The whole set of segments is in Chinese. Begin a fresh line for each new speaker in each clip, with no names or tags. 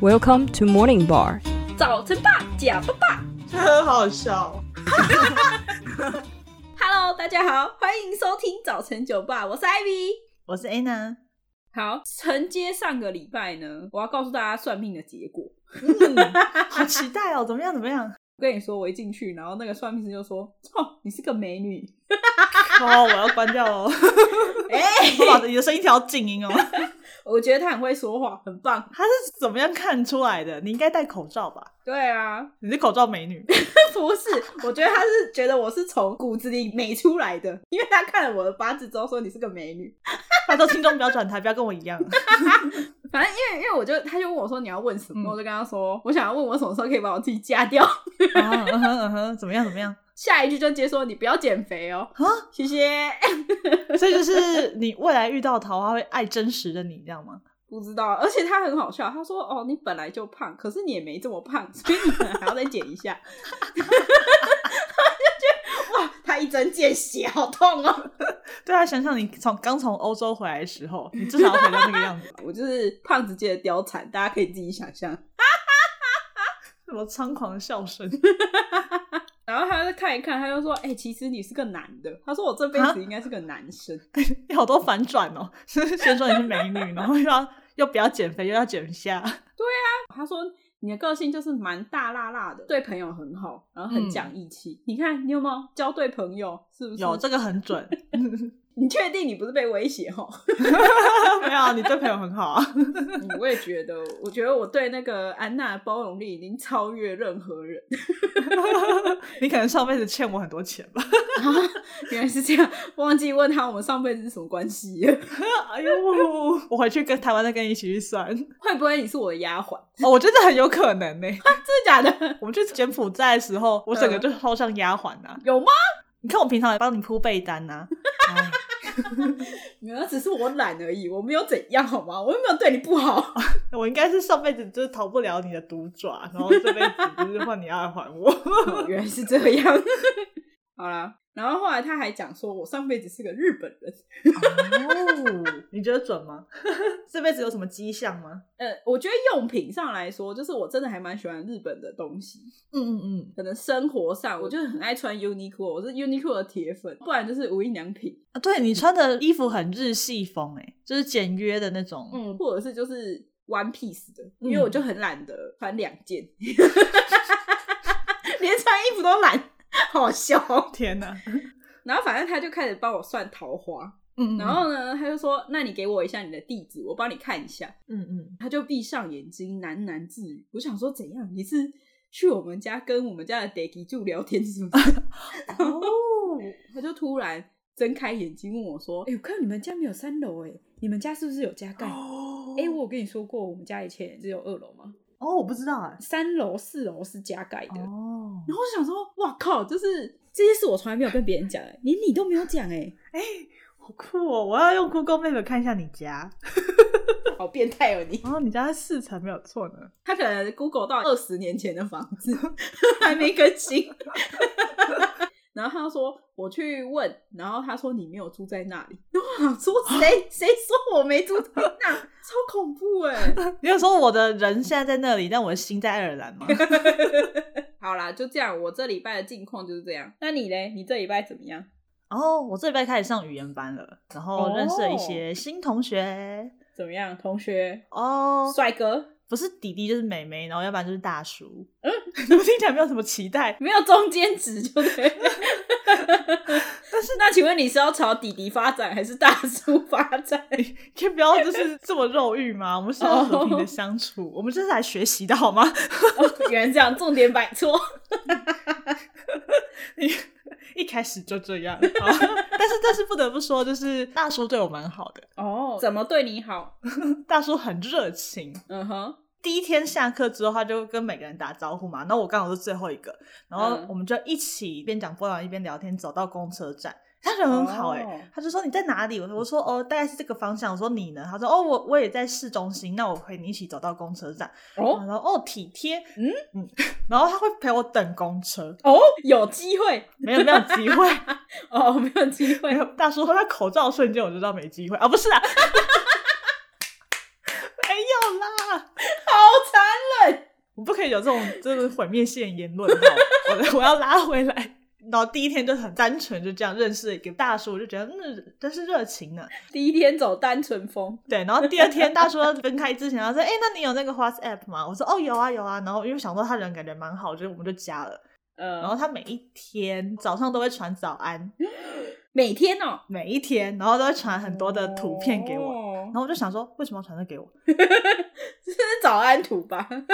Welcome to Morning Bar。
早晨吧，假爸爸。
很好笑。
Hello，大家好，欢迎收听早晨酒吧，我是 Ivy。
我是 Anna，
好，承接上个礼拜呢，我要告诉大家算命的结果。
嗯 好期待哦！怎么样？怎么样？
我跟你说，我一进去，然后那个算命师就说：“哦，你是个美女。
哦，我要关掉 哦。
哎
我把你的声音调静音哦。”
我觉得他很会说话，很棒。
他是怎么样看出来的？你应该戴口罩吧？
对啊，
你是口罩美女，
不是，我觉得他是觉得我是从骨子里美出来的，因为他看了我的八字之后说你是个美女。
他说听众不要转台，不要跟我 一样。
反正因为因为我就他就问我说你要问什么，
嗯
我就跟他说我想要问我什么时候可以把我自己嫁掉。
啊嗯哼嗯哼，怎么样？怎么样？
下一句就接说你不要减肥哦，
啊，
谢谢。
所以就是你未来遇到桃花会爱真实的你，这样吗？
不知道，而且他很好笑，他说哦你本来就胖，可是你也没这么胖，所以你可能还要再减一下。我就 觉得哇，他一针见血，好痛哦！
对啊，想想你从刚从欧洲回来的时候，你至少要回到那个样子，
我就是胖子界的貂蝉，大家可以自己想象。
什么猖狂的笑声。
然后他就看一看，他就说：“哎、其实你是个男的。”他说：“我这辈
啊
子应该是个男生。
你好多反转哦，先说你是 美女，然后又要又不要减肥，又要减一下，
他说：“你的个性就是蛮大辣辣的，对朋友很好，然后很讲义气。你看你有没有交对朋友？是不是？
有这个很准。
你确定你不是被威胁哦？
没有，你对朋友很好啊。
嗯我也觉得，我觉得我对那个安娜的包容力已经超越任何人。
你可能上辈子欠我很多钱吧？
原来是这样，忘记问他我们上辈子是什么关系了。
哎呦，我回去跟台湾再跟你一起去算。
会不会你是我的丫鬟？
哦，我觉得很有可能呢、
真 的假的？
我们去柬埔寨的时候，我整个就超像丫鬟呐、
有吗？
你看我平常也帮你铺被单呐、哎
没有，只是我懒而已，我没有怎样好吗？我又没有对你不好。
我应该是上辈子就是逃不了你的毒爪，然后这辈子就是换你要来还 我。
哦原来是这样。 好啦，然后后来他还讲说，我上辈子是个日本人。
哦， 你觉得准吗？ 这辈子有什么迹象吗？
呃，我觉得用品上来说，就是我真的还蛮喜欢日本的东西。
嗯嗯嗯，
可能生活上，我就是很爱穿 Uniqlo，我是 Uniqlo 的铁粉，不然就是无印良品，
啊，对你穿的衣服很日系风、欸，就是简约的那种。
嗯，或者是就是 One Piece 的，
嗯
因为我就很懒得穿两件， 连穿衣服都懒，好笑。
天哪，
然后反正他就开始帮我算桃花，
嗯
然后呢，他就说：“那你给我一下你的地址，我帮你看一下。”
嗯嗯，
他就闭上眼睛喃喃自语。我想说，怎样？你是去我们家跟我们家的 Daddy 住聊天是不是？
哦，
他就突然睁开眼睛问我说：“哎、我看你们家没有三楼，哎，你们家是不是有加 盖？哎、
哦
我有跟你说过，我们家以前只有二楼吗？
哦，我不知道哎、
三楼、四楼是加盖的。
哦，
然后我想说，哇靠，就是这些事我从来没有跟别人讲，哎，连你都没有讲，哎，
好酷哦！我要用 Google Map 看一下你家。
好变态哦你！
哦，你家在四层没有错呢。
他可能 Google 到二十年前的房子 还没更新， 然后他说我去问，然后他说你没有住在那里，然后我想说 谁谁说我没住在那，超恐怖哎、
你有说我的人现在在那里，但我的心在爱尔兰 吗？
好啦，就这样，我这礼拜的近况就是这样。那你嘞？你这礼拜怎么样？
然后哦我这礼拜开始上语言班了，然后认识了一些新同学。
怎么样，同学？
哦，
帅哥
不是弟弟就是妹妹，然后要不然就是大叔。 嗯，怎么听起来没有什么期待？
没有中间值，就对。 但是，那请问你是要朝弟弟发展，还是大叔发 展？
可以不 要就是这么肉欲吗？我们是要和平的相处，我们这是来学习的好吗？
哦原来这样，重点摆错。
你一开始就这样，好但是但是不得不说，就是大叔对我蛮好的，
哦，怎么对你好？
大叔很热情。
嗯哼，
第一天下课之后，他就跟每个人打招呼嘛，然后我刚好是最后一个，然后
嗯
我们就一起一边讲波兰一边聊天，走到公车站。他人很好哎、
哦
他就说你在哪里？我说我说哦，大概是这个方向。我说你呢？他说哦，我我也在市中心，那我陪你一起走到公车站。
哦
然后哦体贴，
嗯
嗯，然后他会陪我等公车，
哦，有机会
没有没有机 会，
哦，没有机会
没。有大叔他戴口罩的瞬间我就知道没 机会啊，不是啦，没有啦，
好惨
我不可以有这种就是毁灭性的言论哈。我我要拉回来。然后第一天就很单纯，就这样认识了一个大叔，我就觉得嗯，真是热情呢、
第一天走单纯风，
对，然后第二天大叔要分开之前，他说：“哎、那你有那个 WhatsApp 吗？”我说：“哦，有啊，有啊。”然后因为想说他人感觉蛮好，就是我们就加了。
呃，
然后他每一天早上都会传早安，
每天哦，
每一天，然后都会传很多的图片给我。
哦
然后我就想说，为什么要传这给我？哎
这是早安图吧？
对，就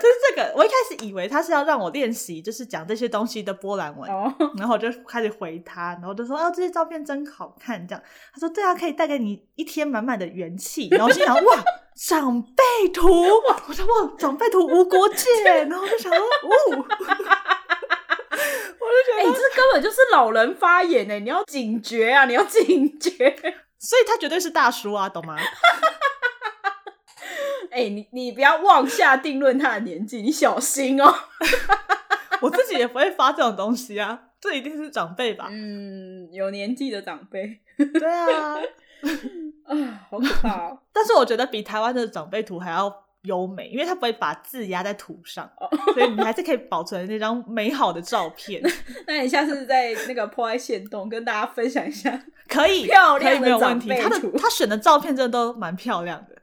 是这个。我一开始以为他是要让我练习，就是讲这些东西的波兰文。
哦，
然后我就开始回他，然后就说：“哦，这些照片真好看。”这样，他说：“对啊，可以带给你一天满满的元气。”然后我心想：“哇， 长辈图！”我说：“哇，长辈图无国界。”然后我就想说：“哦，
哎、这根本就是老人发言欸呢，你要警觉啊，你要警觉。
所以他绝对是大叔啊，懂吗？”
哎、你你不要妄下定论他的年纪，你小心哦。
我自己也不会发这种东西啊，这一定是长辈吧？
嗯， 有年纪的长辈
对啊，
啊，好可怕 哦。
但是我觉得比台湾的长辈图还要优美，因为它不会把字压在图上，
哦
所以你还是可以保存那张美好的照片。
那你下次在那个破爱线动跟大家分享一下，
可以，
漂
可以
亮的
没有问题。
长辈
他的
图
他选的照片真的都蛮漂亮的，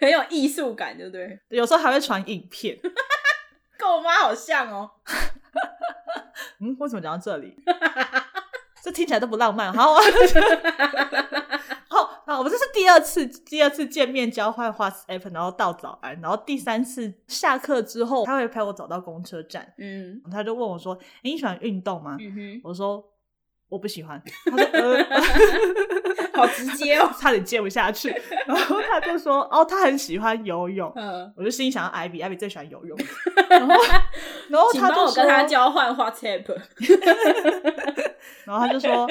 很有艺术感，对不对？
有时候还会传影片。
跟我妈好像哦。
嗯，为什么讲到这里？这听起来都不浪漫。好，我好，好，我们这是第二次第二次见面交换 WhatsApp，然后道早安，然后第三次下课之后，他会陪我走到公车站，
嗯
他就问我说：“诶你喜欢运动吗？”
嗯哼，
我说。我不喜欢，他说呃，。
好直接哦
差点接不下去。然后他就说，哦，他很喜欢游泳，
嗯，
我就心里想要艾比，艾比最喜欢 游泳，然后然后
请
他
帮
就
我
说
哦跟他交换 WhatsApp。
然后他就说，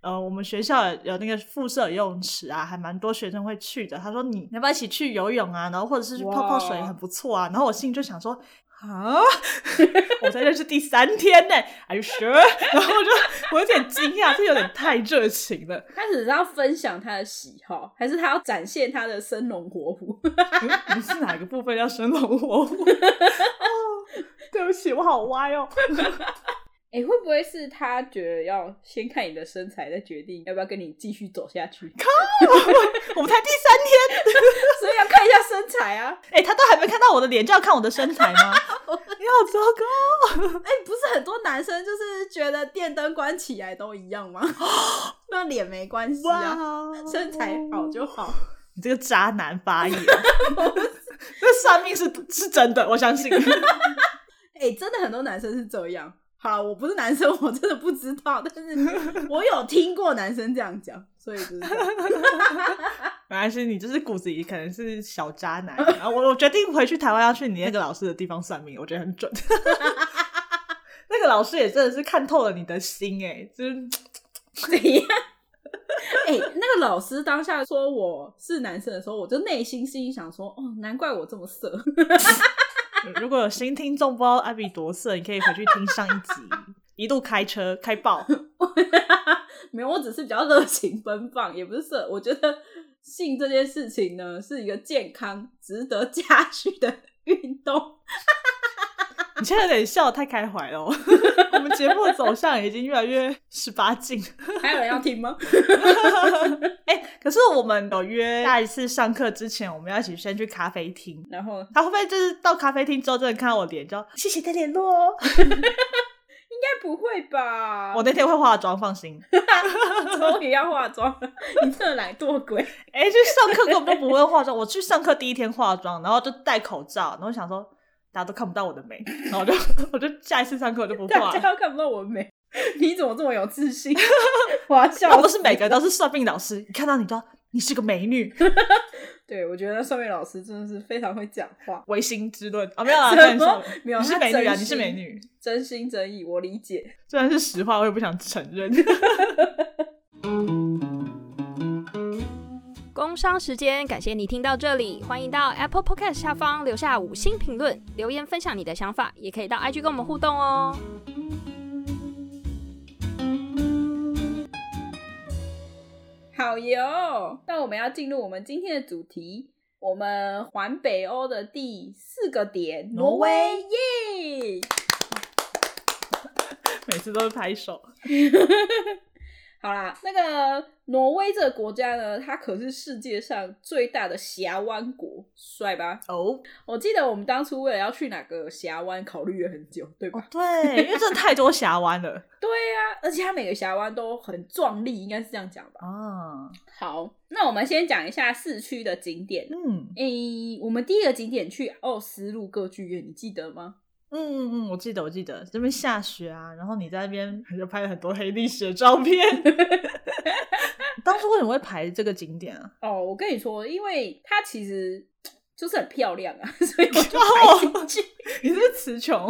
呃，我们学校有那个附设游泳池啊，还蛮多学生会去的。他说你要不要一起去游泳啊？然后或者是去泡泡水
哇
很不错啊。然后我心里就想说。啊！ 我才认识第三天呢、a r e you sure？然 后我就我有点惊讶，这有点太热情了。
他只是要分享他的喜好，还是他要展现他的生龙活虎？
嗯你是哪个部分要生龙活虎？ 哦，对不起，我好歪哦。
哎、会不会是他觉得要先看你的身材，再决定要不要跟你继续走下去？ 所
我们才第三天，
以要看一下身材 啊！
哎、他都还没看到我的脸，就要看我的身 材吗？你好糟糕！
哎、不是很多男生就是觉得电灯关起来都一样吗？ 那脸没关系啊，
哇，哦
身材好就好。
你这个渣男发言， 这算命是是真的，我相信。
哎、真的很多男生是这样。好啦，我不是男生，我真的不知道，但是我有听过男生这样讲，所以就是这样
原来是你，就是骨子里可能是小渣男。然后我我决定回去台湾要去你那个老师的地方算命，我觉得很准。 那个老师也真的是看透了你的心、哎，就是
怎 样？哎、那个老师当下说我是男生的时候，我就内心心里想说，哦，难怪我这么色。
如果有新听众不知道艾比多色，你可以回去听上一集，一路开车开爆。
没有，我只是比较热情奔放，也不是色。我觉得性这件事情呢，是一个健康、值得嘉许的运动。
你现在有点笑得太开怀了哦， 我们节目的走向已经越来越十八禁。
还有人要听吗？
哎、可是我们有约下一次上课之前，我们要一起先去咖啡厅。
然后应
他会不会就是到咖啡厅之后，真的看到我脸，就谢谢再联络哦。
该不会吧？
我那天会化妆，放心。
终于要化妆了，你这个懒惰鬼！
哎、去上课根本都不会化妆。我去上课第一天化妆，然后就戴口罩，然后想说大家都看不到我的美，然后我就我就下一次上课我就不
大
化。
家都看不到我美，你怎么这么有自信？ 我要笑
要不
死
是每个人都是算命老师，一看到你就你是个美女，
对，我觉得算命老师真的是非常会讲话。
唯心之论啊，没有啦，
什
开玩
么
笑的
没有
你是
他
美女
真
啊，你是
心
美女，
真心真意，我理解。
虽然是实话，我也不想承认。
工商时间，感谢你听到这里，欢迎到 Apple Podcast 下方留下五星评论，留言分享你的想法，也可以到 IG 跟我们互动哦。
好哟，那我们要进入我们今天的主题我们环北欧的第四个点，
挪
挪
威
威耶！
每次都是拍手。
好啦，那个挪威这个国家呢，它可是世界上最大的峡湾国，帅吧？
哦
我记得我们当初为了要去哪个峡湾，考虑了很久，对吧？
哦，对，因为真的太多峡湾 了
对啊，而且它每个峡湾都很壮丽，应该是这样讲吧。
啊。
好，那我们先讲一下市区的景点。
嗯
诶、我们第一个景点去奥斯陆歌剧院，你记得吗？
嗯嗯嗯，我记得我记得，这边下雪啊，然后你在那边就拍了很多黑历史的 照片。当初为什么会排这个景点啊？
哦，我跟你说，因为它其实就是很漂亮啊， 所以我就排进去。
你是词穷，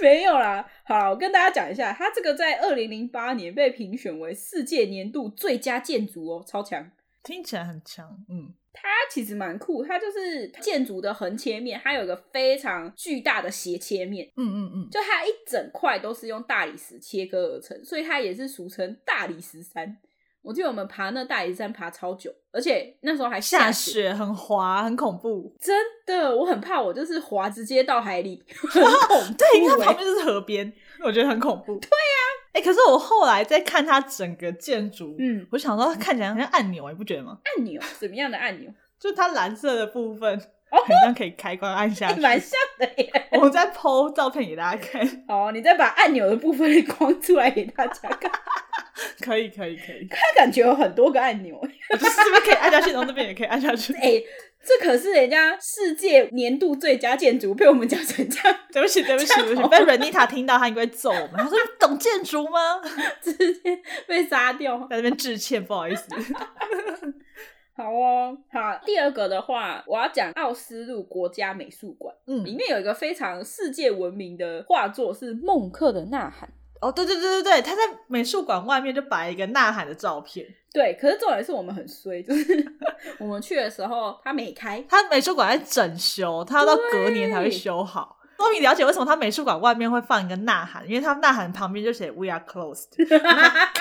没有啦，好啦，我跟大家讲一下，它这个在二零零八年被评选为世界年度最佳建筑哦，超强。
听起来很强。嗯，
它其实蛮酷，它就是建筑的横切面，它有一个非常巨大的斜切面，
嗯嗯嗯，
就它一整块都是用大理石切割而成，所以它也是俗称大理石山。我记得我们爬那大理石山爬超久，而且那时候还
下
雪，
雪很滑，很恐怖。
真 的，我很怕我就是滑直接到海 里，很恐怖、欸。
对，因为它旁边就是河边，我觉得很恐怖。对呀、哎、可是我后来在看它整个建筑，
嗯，
我想到它看起来很像按钮，你不觉得吗？
按钮怎么样的 按钮？
就它蓝色的部分，
哦
很像可以开关按下
哎
去。
蛮像的耶。
我再 PO 照片给大家看，
哦，你再把按钮的部分框出来给大 家看，
可以可以可以，
他感觉有很多个按钮。
我就是这边可以按下去，然后那边也可以按下去。
哎、这可是人家世界年度最佳建筑，被我们讲成这样，
对不起对不起对不起，被 Renita 听到，她应该揍我们。她说：“你懂建筑吗
直接被杀掉？”。
在那边致歉，不好意思。
好哦，好。第二个的话，我要讲奥斯陆国家美术馆，里
嗯，
面有一个非常世界闻名的画作是《孟克的呐喊》。
哦，对对对对对，他在美术馆外面就摆一个呐喊的照片。
对，可是重点是我们很衰，就是 我们去的时候他没开，
他美术馆在整修，他要到隔年才会修好。说明了解为什么他美术馆外面会放一个呐喊，因为他呐喊旁边就写 “We are closed”。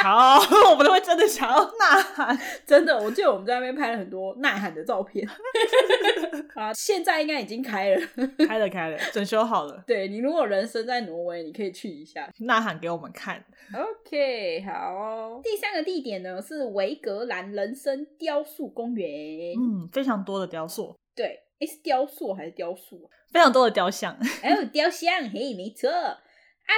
好，我们都会真的想要呐喊。
真的，我记得我们在那边拍了很多呐喊的照片。 啊，现在应该已经开了。
开了开了，整修好了，
对你，如果人生在挪威，你可以去一下。
呐喊给我们看。
OK，好哦、第三个地点呢是维格兰人生雕塑公园。
嗯，非常多的雕塑，
对，诶是雕塑还是雕塑啊？
非常多的雕像。
还有雕像，嘿，没错。啊，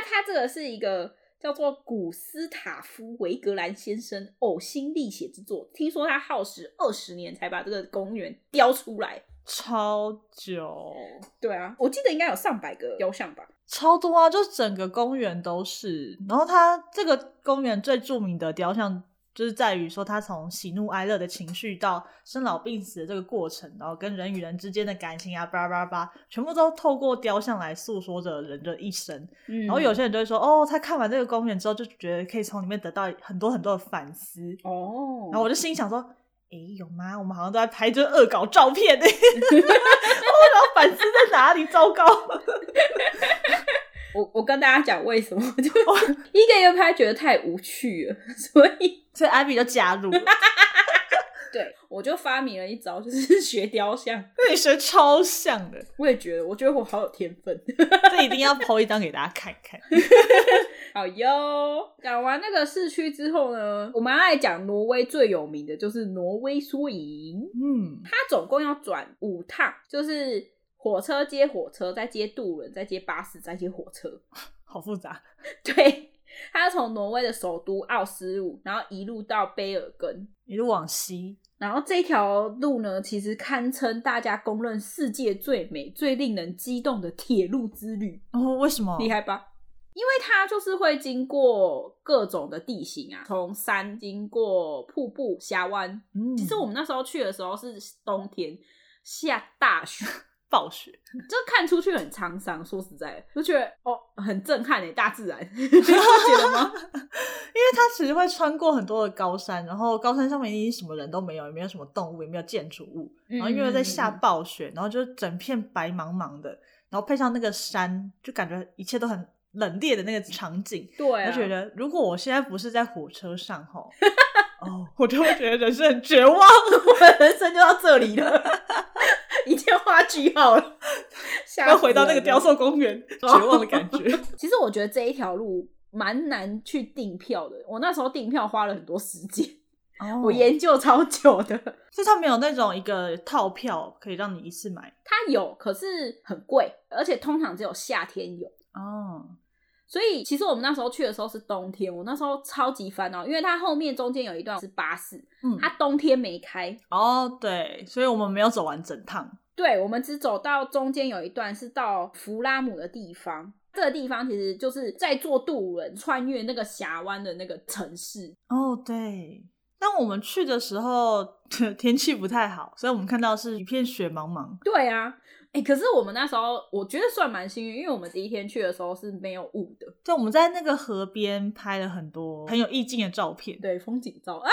它这个是一个叫做古斯塔夫·维格兰先生呕心沥血之作，听说他耗时二十年才把这个公园雕出来。
超久，
对啊，我记得应该有上百个雕像吧。
超多啊！就整个公园都是。然后它这个公园最著名的雕像，就是在于说它从喜怒哀乐的情绪到生老病死的这个过程，然后跟人与人之间的感情啊，叭叭叭，全部都透过雕像来诉说着人的一生。
嗯
然后有些人就会说，哦，他看完这个公园之后，就觉得可以从里面得到很多很多的反思。
哦，
然后我就心里想说，诶，有吗？我们好像都在拍这恶搞照片 呢、欸。然后反思在哪里？糟糕！
我我跟大家讲为什么，就
哦
一个一个拍觉得太无趣了， 所以
所以艾比就加入了，
对我就发明了一招，就是 学雕像。
那你学超像的，
我也觉得，我觉得我好有天分。
这一定要抛一张给大家看看。
好哟，讲完那个市区之后呢，我们要来讲挪威最有名的就是挪威缩影，
嗯，
它总共要转五趟，就是火车接火车，再接渡轮，再接巴士，再接火车。
好复杂。
对，它从挪威的首都奥斯陆，然后一路到卑尔根。
一路往西，
然后这条路呢，其实堪称大家公认世界最美、最令人激动的铁路之旅，
然、后为什么？
厉害吧？因为它就是会经过各种的地形啊，从山经过瀑布、峡湾。
嗯，
其实我们那时候去的时候是冬天，下大 雪，
暴雪，
就看出去很沧桑。说实在的，就觉得哦，很震撼诶、大自然， 你不觉得吗？
因为它其实会穿过很多的高山，然后高山上面一定什么人都没有，也没有什么动物，也没有建筑物，然后因为在下
嗯
暴雪，然后就整片白茫茫的，然后配上那个山，就感觉一切都很冷冽的那个场景。
对、
我
啊，
就觉得，如果我现在不是在火车上 吼，哦，我就会觉得人生很绝望。
我的人生就到这里了。 画句号了，吓
要
死
回到那个
人
雕
了。
塑公园， 绝望的感觉。
其实我觉得这一条路蛮难去订票的，我那时候订票花了很多时间，我
哦
研究超久的。
所以它没有那种一个套票可以让你一次买
它有，可是很贵，而且通常只有夏天有。
哦。
所以其实我们那时候去的时候是冬天，我那时候超级烦恼，因为它后面中间有一段是巴士，
嗯，
它冬天没开。
哦对，所以我们没有走完整趟。
对，我们只走到中间有一段是到弗拉姆的地方，这个地方其实就是在坐渡轮穿越那个峡湾的那个城市。
哦对，但我们去的时候 天气不太好，所以我们看到是一片雪茫茫。
对啊，哎、可是我们那时候我觉得算蛮幸运，因为我们第一天去的时候是没有雾的，
对，我们在那个河边拍了很多很有意境的照片，
对，风景照啊，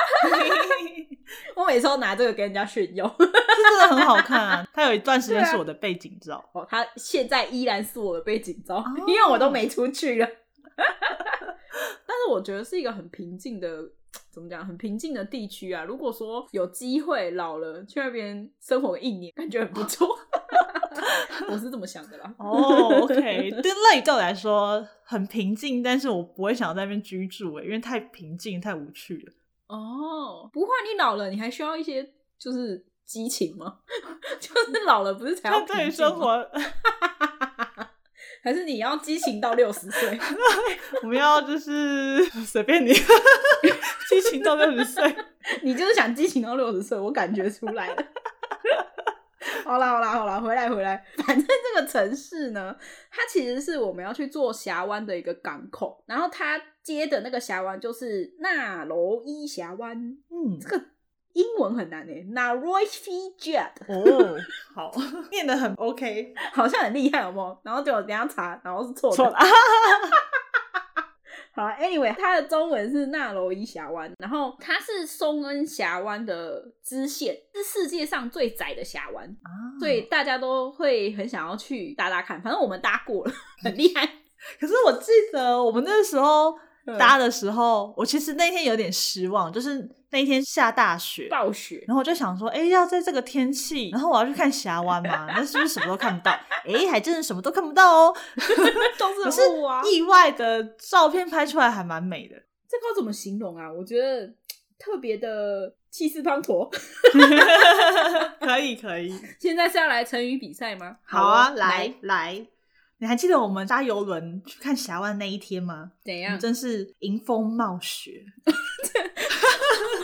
我每次都拿这个跟人家炫耀。
这真的很好看啊！它有一段时间
对啊
是我的背景照。
哦，他现在依然是我的背景照，因为我都没出去了。 但是我觉得是一个很平静的，怎么讲，很平静的地区啊。如果说有机会老了去那边生活一年，感觉很不错。 我是这么想的啦。
哦、o k 对那里对我来说很平静，但是我不会想要在那边居住、欸，因为太平静、太无趣了。
哦，不会，你老了你还需要一些就是激情 吗？就是老了不是才要
在这里
平静吗
生，活，
还是你要激情到六十 岁？
我们要就是 随 便你，激情到六十岁。
你就是想激情到六十岁，我感觉出来 了。好啦好啦好啦，回来回来，反正这个城市呢，它其实是我们要去做峡湾的一个港口，然后它接的那个峡湾就是纳罗伊峡湾，
嗯，
这个英文很难欸诶 n a r o i f i j a t
哦，好，念得很 OK，
好像很厉害，有没有？然后就等一下查，然后是错的。
错了。
好，Anyway，它的中文是纳罗伊峡湾，然后它是松恩峡湾的支线，是世界上最窄的峡湾。所
啊
以，大家都会很想要去搭搭看。反正我们搭过 了，很厉害。
可是我记得我们那时候
嗯
搭的时候，我其实那天有点失望，就是那一天下大雪，
暴 雪，
然后我就想说，哎，要在这个天气，然后我要去看峡湾嘛，那是不是什么都看不到？哎，还真是什么都看不到 哦。
都
可
是
是
雾啊！
意外的照片拍出来还蛮美的，
这个要怎么形容啊？我觉得嘖特别的气势磅礴。
可以可以，
现在是要来成语比赛吗？
好啊，
哦
来来，你还记得我们搭游轮去看峡湾那一天吗？
怎
我们
样？
真是迎风冒雪，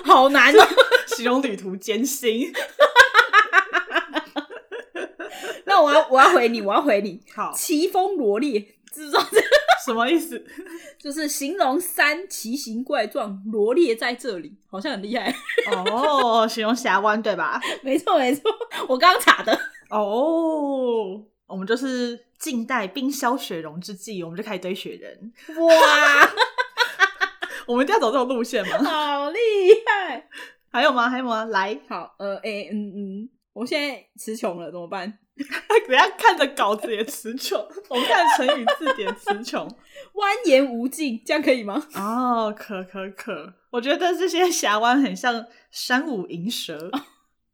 好难哦！
形容旅途艰辛。
那我要我要回你，我要回你，
好，
奇峰罗列，知不知道这
什么意思？
就是形容山奇形怪状，罗列在这里，好像很厉害。
哦，形容峡湾对吧？
没错没错，我刚刚查的。
哦，我们就是近代冰消雪融之际，我们就开始堆雪人。
哇，
我们一定要走这种路线吗？
好厉害！
还有吗？还有吗？来，
好，呃，诶，嗯嗯，我现在词穷了，怎么办？
等一下看着稿子也词穷， 我们看成语字典词穷。
蜿蜒无尽，这样可以 吗？
哦，可可可，我觉得这些峡湾很像山舞银蛇。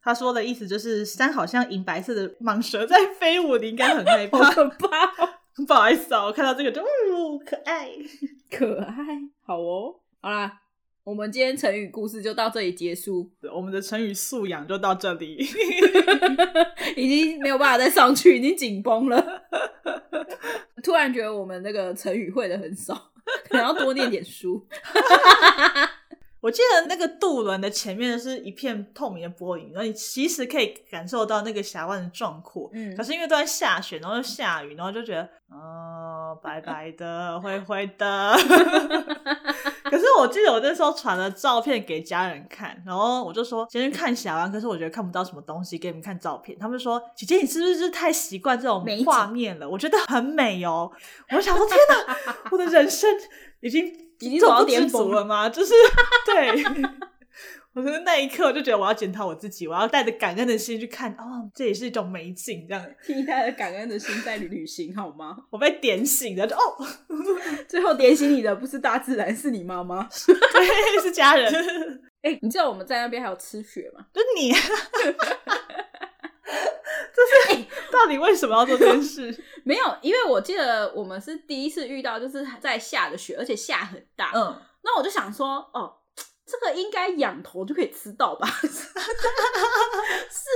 他说的意思就是山好像银白色的蟒蛇在飞舞，你应该很害
好
怕。
可怕、哦，
不好意思啊，我看到这个就嗯可爱。
可爱，好哦，好啦，我们今天成语故事就到这里结束，
我们的成语素养就到这里。
已经没有办法再上去，已经紧绷了。突然觉得我们那个成语会的很少，可能要多念点书。
我记得那个渡轮的前面是一片透明的玻璃，然后你其实可以感受到那个峡湾的壮阔。
嗯
可是因为都在下雪，然后又下雨，然后就觉得，哦，白白的，灰灰的。 可是我记得我那时候传了照片给家人看，然后我就说先去看峡湾，可是我觉得看不到什么东西，给你们看照片。他们说：“姐姐，你是不是就是太习惯这种
美景
画面了？我觉得很美哦。”我想说，天哪，我的人生已经
已经
这
走
么
到
不知
巅峰
足了 吗？就是对， 我觉得那一刻我就觉得我要检讨我自己，我要带着感恩的心去看，哦，这也是一种美景，这样
替大家感恩的心在旅行好吗？
我被点醒了，就哦，
最后点醒你的不是大自然，是你妈妈。
对，是 家人，就
哎、你知道我们在那边还有吃雪吗？
你。这到底为什么要做这件 事？
没有，因为我记得我们是第一次遇到，就是在下的雪，而且下很大。
嗯，
那我就想说，哦，这个应该仰头就可以吃到吧？ 事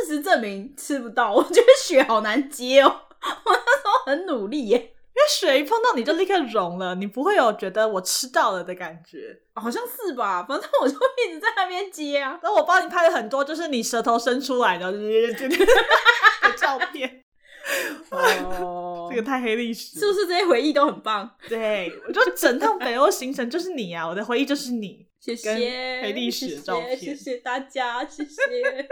实证明吃不到，我觉得雪好难接哦。 我那时候很努力耶，
因为水一碰到你就立刻融了，你不会有觉得我吃到了的感觉。
好像是吧？反正我就一直在那边接啊。
那我帮你拍了很多，就是你舌头伸出来的 的照片，
哦
这个太黑历史了。
是不是这些回忆都很棒？
对，我就整趟北欧行程就是你啊，我的回忆就是你。
谢谢
跟黑历史的照片
谢谢谢谢大家，谢谢。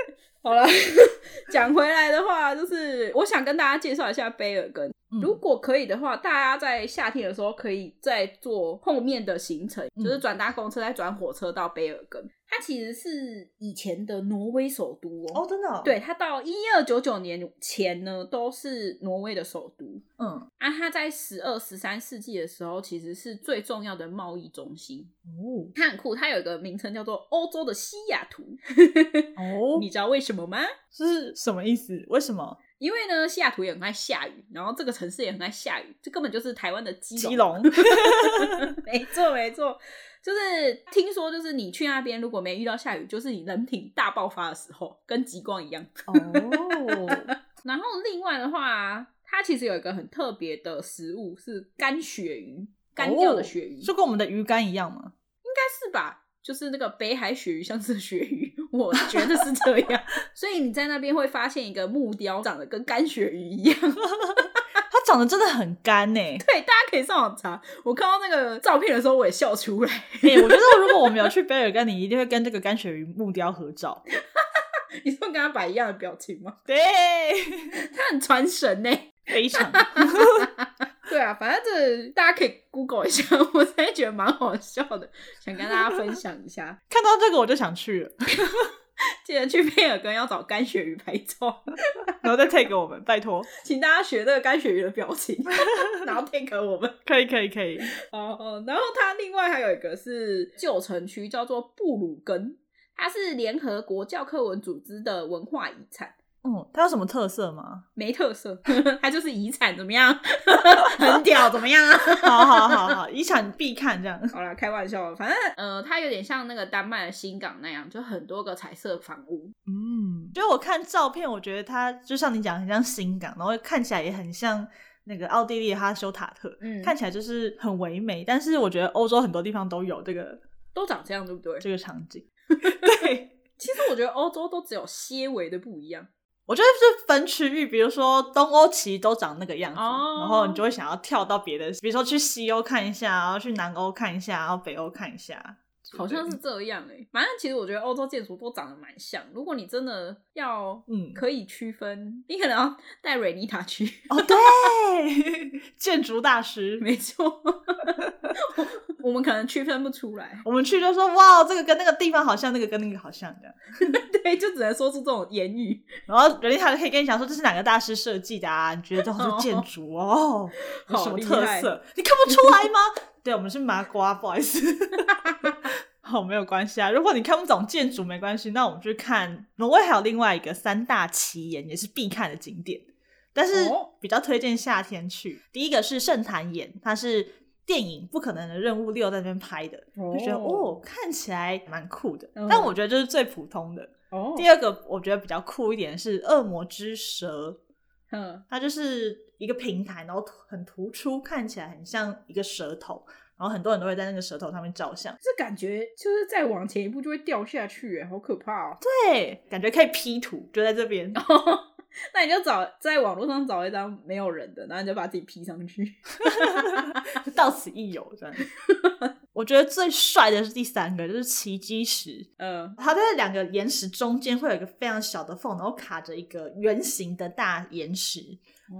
好了， 讲回来的话，就是我想跟大家介绍一下卑尔根。
嗯
如果可以的话，大家在夏天的时候可以再做后面的行程，
嗯
就是转搭公车再转火车到卑尔根。它其实是以前的挪威首都哦。
哦，真的、哦，
对，，它到一二九九年前呢，都是挪威的首都。
嗯，
啊，它在十二、十三世纪的时候，其实是最重要的贸易中心。
哦
它很酷，它有一个名称叫做欧洲的西雅图，
哦
你知道为什么吗？
这是什么意思？为什么？
因为呢，西雅图也很爱下雨，然后这个城市也很爱下雨，这根本就是台湾的基隆。
基隆，
没错没错，就是听说就是你去那边如果没遇到下雨，就是你人品大爆发的时候，跟极光一样。
哦，
然后另外的话，它其实有一个很特别的食物是干鳕鱼，干掉的鳕鱼，
就跟我们的鱼干一样吗？
是吧？就是那个北海鳕鱼像是鳕鱼，我觉得是这样。 所以你在那边会发现一个木雕，长得跟干鳕鱼一样。
它长得真的很干呢、欸。
对，大家可以上网查。我看到那个照片的时候，我也笑出来。
哎我觉得如果我们有去贝尔干，你一定会跟这个干鳕鱼木雕合照。
你说跟他摆一样的表情吗？
对，
他很传神欸呢、
非常。
对啊，反正这大家可以 Google 一下， 我真的觉得蛮好笑的，想跟大家分享一下。
看到这个我就想去了，
记得去贝尔根要找干鳕鱼拍照，
然后再 take 我们，拜托，
请大家学那个干鳕鱼的表情， 然后 take 我们。
可以可以可以。
哦，然后它另外还有一个是旧城区，叫做布鲁根，它是联合国教科文组织的文化遗产，
嗯，它有什么特色吗？
没特色， 它就是遗产，怎么样？很屌，怎么样啊？
好好好好，遗产必看这样。
好啦，开玩笑，反正呃，它有点像那个丹麦的新港那样，就很多个彩色房屋。
嗯，就我看照片，我觉得它就像你讲，很像新港，然后看起来也很像那个奥地利的哈修塔特，
嗯
看起来就是很唯美。但是我觉得欧洲很多地方都有这个
都长这样，对不对？
这个场 景。对，
其实我觉得欧洲都只有些微的不一样。
我觉得是分区域，比如说东欧其实都长那个样子，
哦
然后你就会想要跳到别的，比如说去西欧看一下，然后去南欧看一下，然后北欧看一下。
好像是这样哎、反正其实我觉得欧洲建筑都长得蛮像。如果你真的要
嗯
可以区分，你可能要带瑞妮塔去。
哦，对，建筑大师，
没 错，我们可能区分不出 来，
我们去就说哇，这个跟那个地方好像，那个跟那个好像这样。
对，就只能说出这种言语。
然后人力他就可以跟你讲说这是哪个大师设计的啊？你觉得这好多建筑哦，有什么特
好厉
色？你看不出来吗？ 对，我们是麻瓜，不好意思。 好，没有关系啊。如果你看不懂建筑，没关系。那我们去看挪威还有另外一个三大奇岩，也是必看的景点，但是
哦
比较推荐夏天去。第一个是圣坛岩，它是电影《不可能的任务六》在那边拍的，就觉得哦，看起来蛮酷的。
嗯
但我觉得这是最普通的。
哦
第二个我觉得比较酷一点是恶魔之蛇，
嗯，
它就是一个平台，然后很突出，看起来很像一个舌头，然后很多人都会在那个舌头上面照相，
这感觉就是再往前一步就会掉下去，哎，好可怕 哦。
对，感觉可以 P 图，就在这边。
那你就找在网络上找一张没有人的，然后你就把自己 P 上去。
到此一游这样。我觉得最帅的是第三个，就是奇迹石，
嗯，
它在两个岩石中间会有一个非常小的缝，然后卡着一个圆形的大岩石，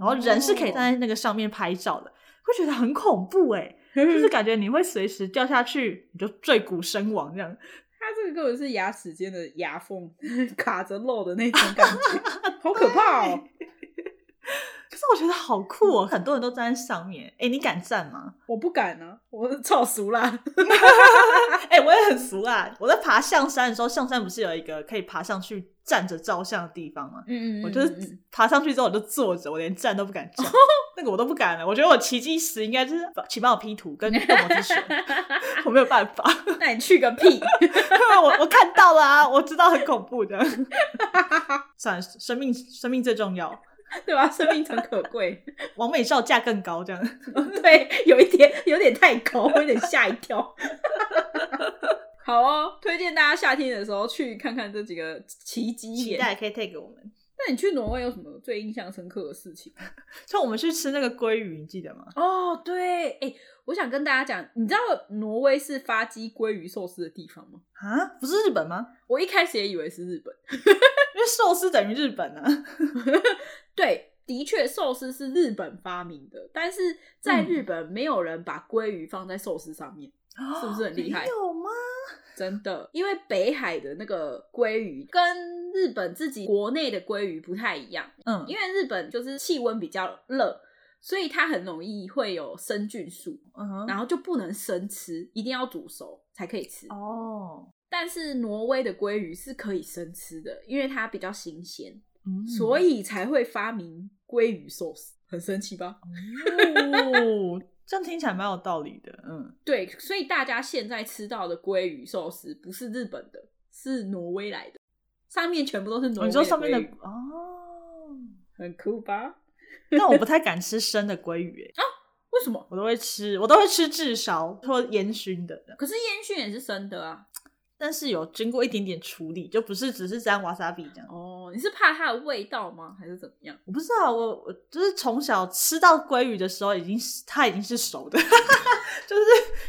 然后人是可以站在那个上面拍照的，会觉得很恐怖哎、 就是感觉你会随时掉下去，你就坠谷身亡这样。
它这个根本是牙齿间的牙 缝卡着肉的那种感觉，好可怕哦！
可是我觉得好酷哦，很多人都站在上面。哎，你敢站 吗？
我不敢啊，我超俗啦。
哎、我也很俗啊！我在爬象山的时候，象山不是有一个可以爬上去站着照相的地方吗？
嗯
我就是爬上去之后，我就坐着，我连站都不敢 站，那个我都不敢了。我觉得我奇迹石应该就是，请帮我 P 图跟动我之手， 我没有办法，
那你去个屁！
我我看到了啊，我知道很恐怖的。 算了，生命生命最重要，
对吧？生命诚可贵。
完美造价更高，这样
对，有一点有点太高，我有点吓一跳。 好哦，推荐大家夏天的时候去看看这几个奇迹
期
点。
待可以 take 给我们。
那你去挪威有什么最印象深刻的事情？
就我们去吃那个鲑鱼，你记得吗？
哦，对，哎、我想跟大家讲，你知道挪威是发鸡鲑鱼寿司的地方吗？
啊，不是日本吗？
我一开始也以为是日本，
因为寿司等于日本啊。
对，的确寿司是日本发明的，但是在日本没有人把鲑鱼放在寿司上面，是不是很厉害
没有吗？
真的，因为北海的那个鲑鱼跟日本自己国内的鲑鱼不太一样，
嗯，
因为日本就是气温比较热。所以它很容易会有生菌素，
嗯哼
然后就不能生吃，一定要煮熟才可以吃。
哦，
但是挪威的鲑鱼是可以生吃的，因为它比较新鲜，
嗯
所以才会发明鲑鱼寿司，很神奇吧？
哦， 这样听起来蛮有道理的，嗯，
对，所以大家现在吃到的鲑鱼寿司不是日本的，是挪威来的，上面全部都是挪威
你
的鲑
说
鱼，
上面的哦，
很酷吧？
但我不太敢吃生的鲑鱼、
啊
欸，
为什么？
我都会吃，我都会吃炙烧或烟熏的，
可是烟熏也是生的啊！
但是有经过一点点处理，就不是只是沾瓦萨比这样。
哦，你是怕它的味道吗？还是怎么样？
我不知道，我我就是从小吃到鲑鱼的时候，已经是它已经是熟的， 就是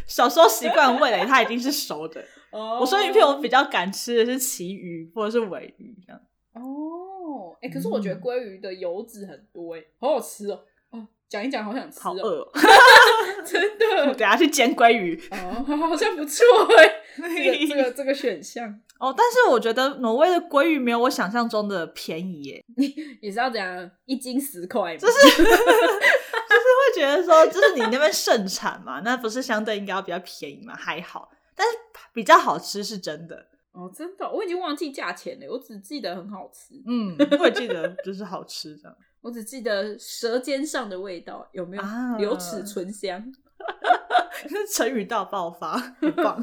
小时候习惯味蕾，它已经是熟的。
哦
我生鱼片我比较敢吃的是旗鱼或者是尾鱼这样。
哦，哎、可是我觉得
嗯
鲑鱼的油脂很多、哎，好好吃哦！哦，讲一讲，好想吃
好
哦，
饿、哦，
真
我
的
等。下去煎鲑鱼。
哦，好像不错 哎， 这个这个这个选项
哦，但是我觉得挪威的鲑鱼没有我想象中的便宜耶，
也是要怎样一斤十块吗，
就是就是会觉得说，就是你那边盛产嘛，那不是相对应该要比较便宜嘛，还好，但是比较好吃是真的。
哦，真的，我已经忘记价钱了，我只记得很好吃，
嗯，我也记得就是好吃的。
我只记得舌尖上的味道有没有
啊
留齿醇香。
是 成语大爆发，很 棒。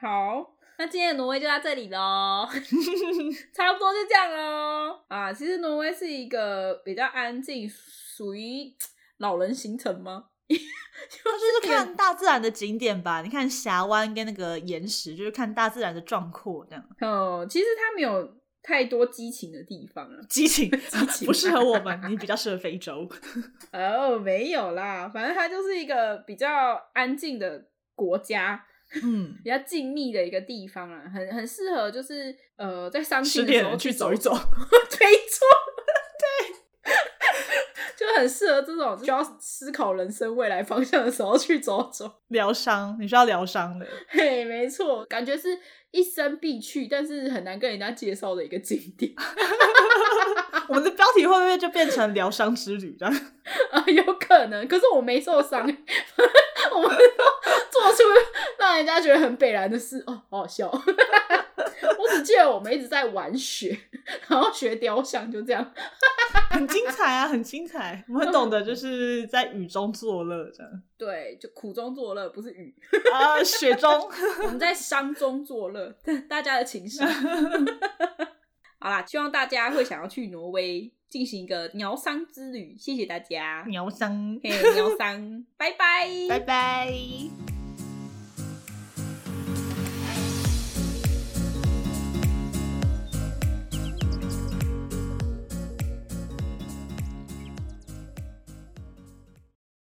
好，那今天的挪威就到这里 喽，差不多就这样喽。啊，其实挪威是一个比较安静，属于老人行程吗？
就是看大自然的景点吧，你看峡湾跟那个岩石，就是看大自然的壮阔这样。
哦，其实它没有太多激情的地方啊。
激情，
激情
不适合我 们，你比较适合非洲。
哦，没有啦，反正它就是一个比较安静的国家，
嗯，
比较静谧的一个地方啦，很很适合就是呃在伤
失
心的
恋
时
的
候
人去
走
走一走，
没错， 对， 就很适合这种需要思考人生未来方向的时候去走走。
疗伤，你需要疗伤的。
嘿，没错，感觉是一生必去，但是很难跟人家介绍的一个景点
我们的标题会不会就变成疗伤之旅这样？
啊，有可能。可是我没受伤，欸我们都做出让人家觉得很北然的事哦，好好笑。 我只记得我们一直在玩雪，然后学雕像，就这样。
很精彩啊，很精彩。我们懂得 就是在雨中作乐这样
对，就苦中作乐，不是雨。
啊，雪中。
我们在伤中作乐，大家的情商。 好啦，希望大家会想要去挪威进行一个疗伤之旅。谢谢大家，
疗伤，
嘿，疗伤，拜拜，
拜拜。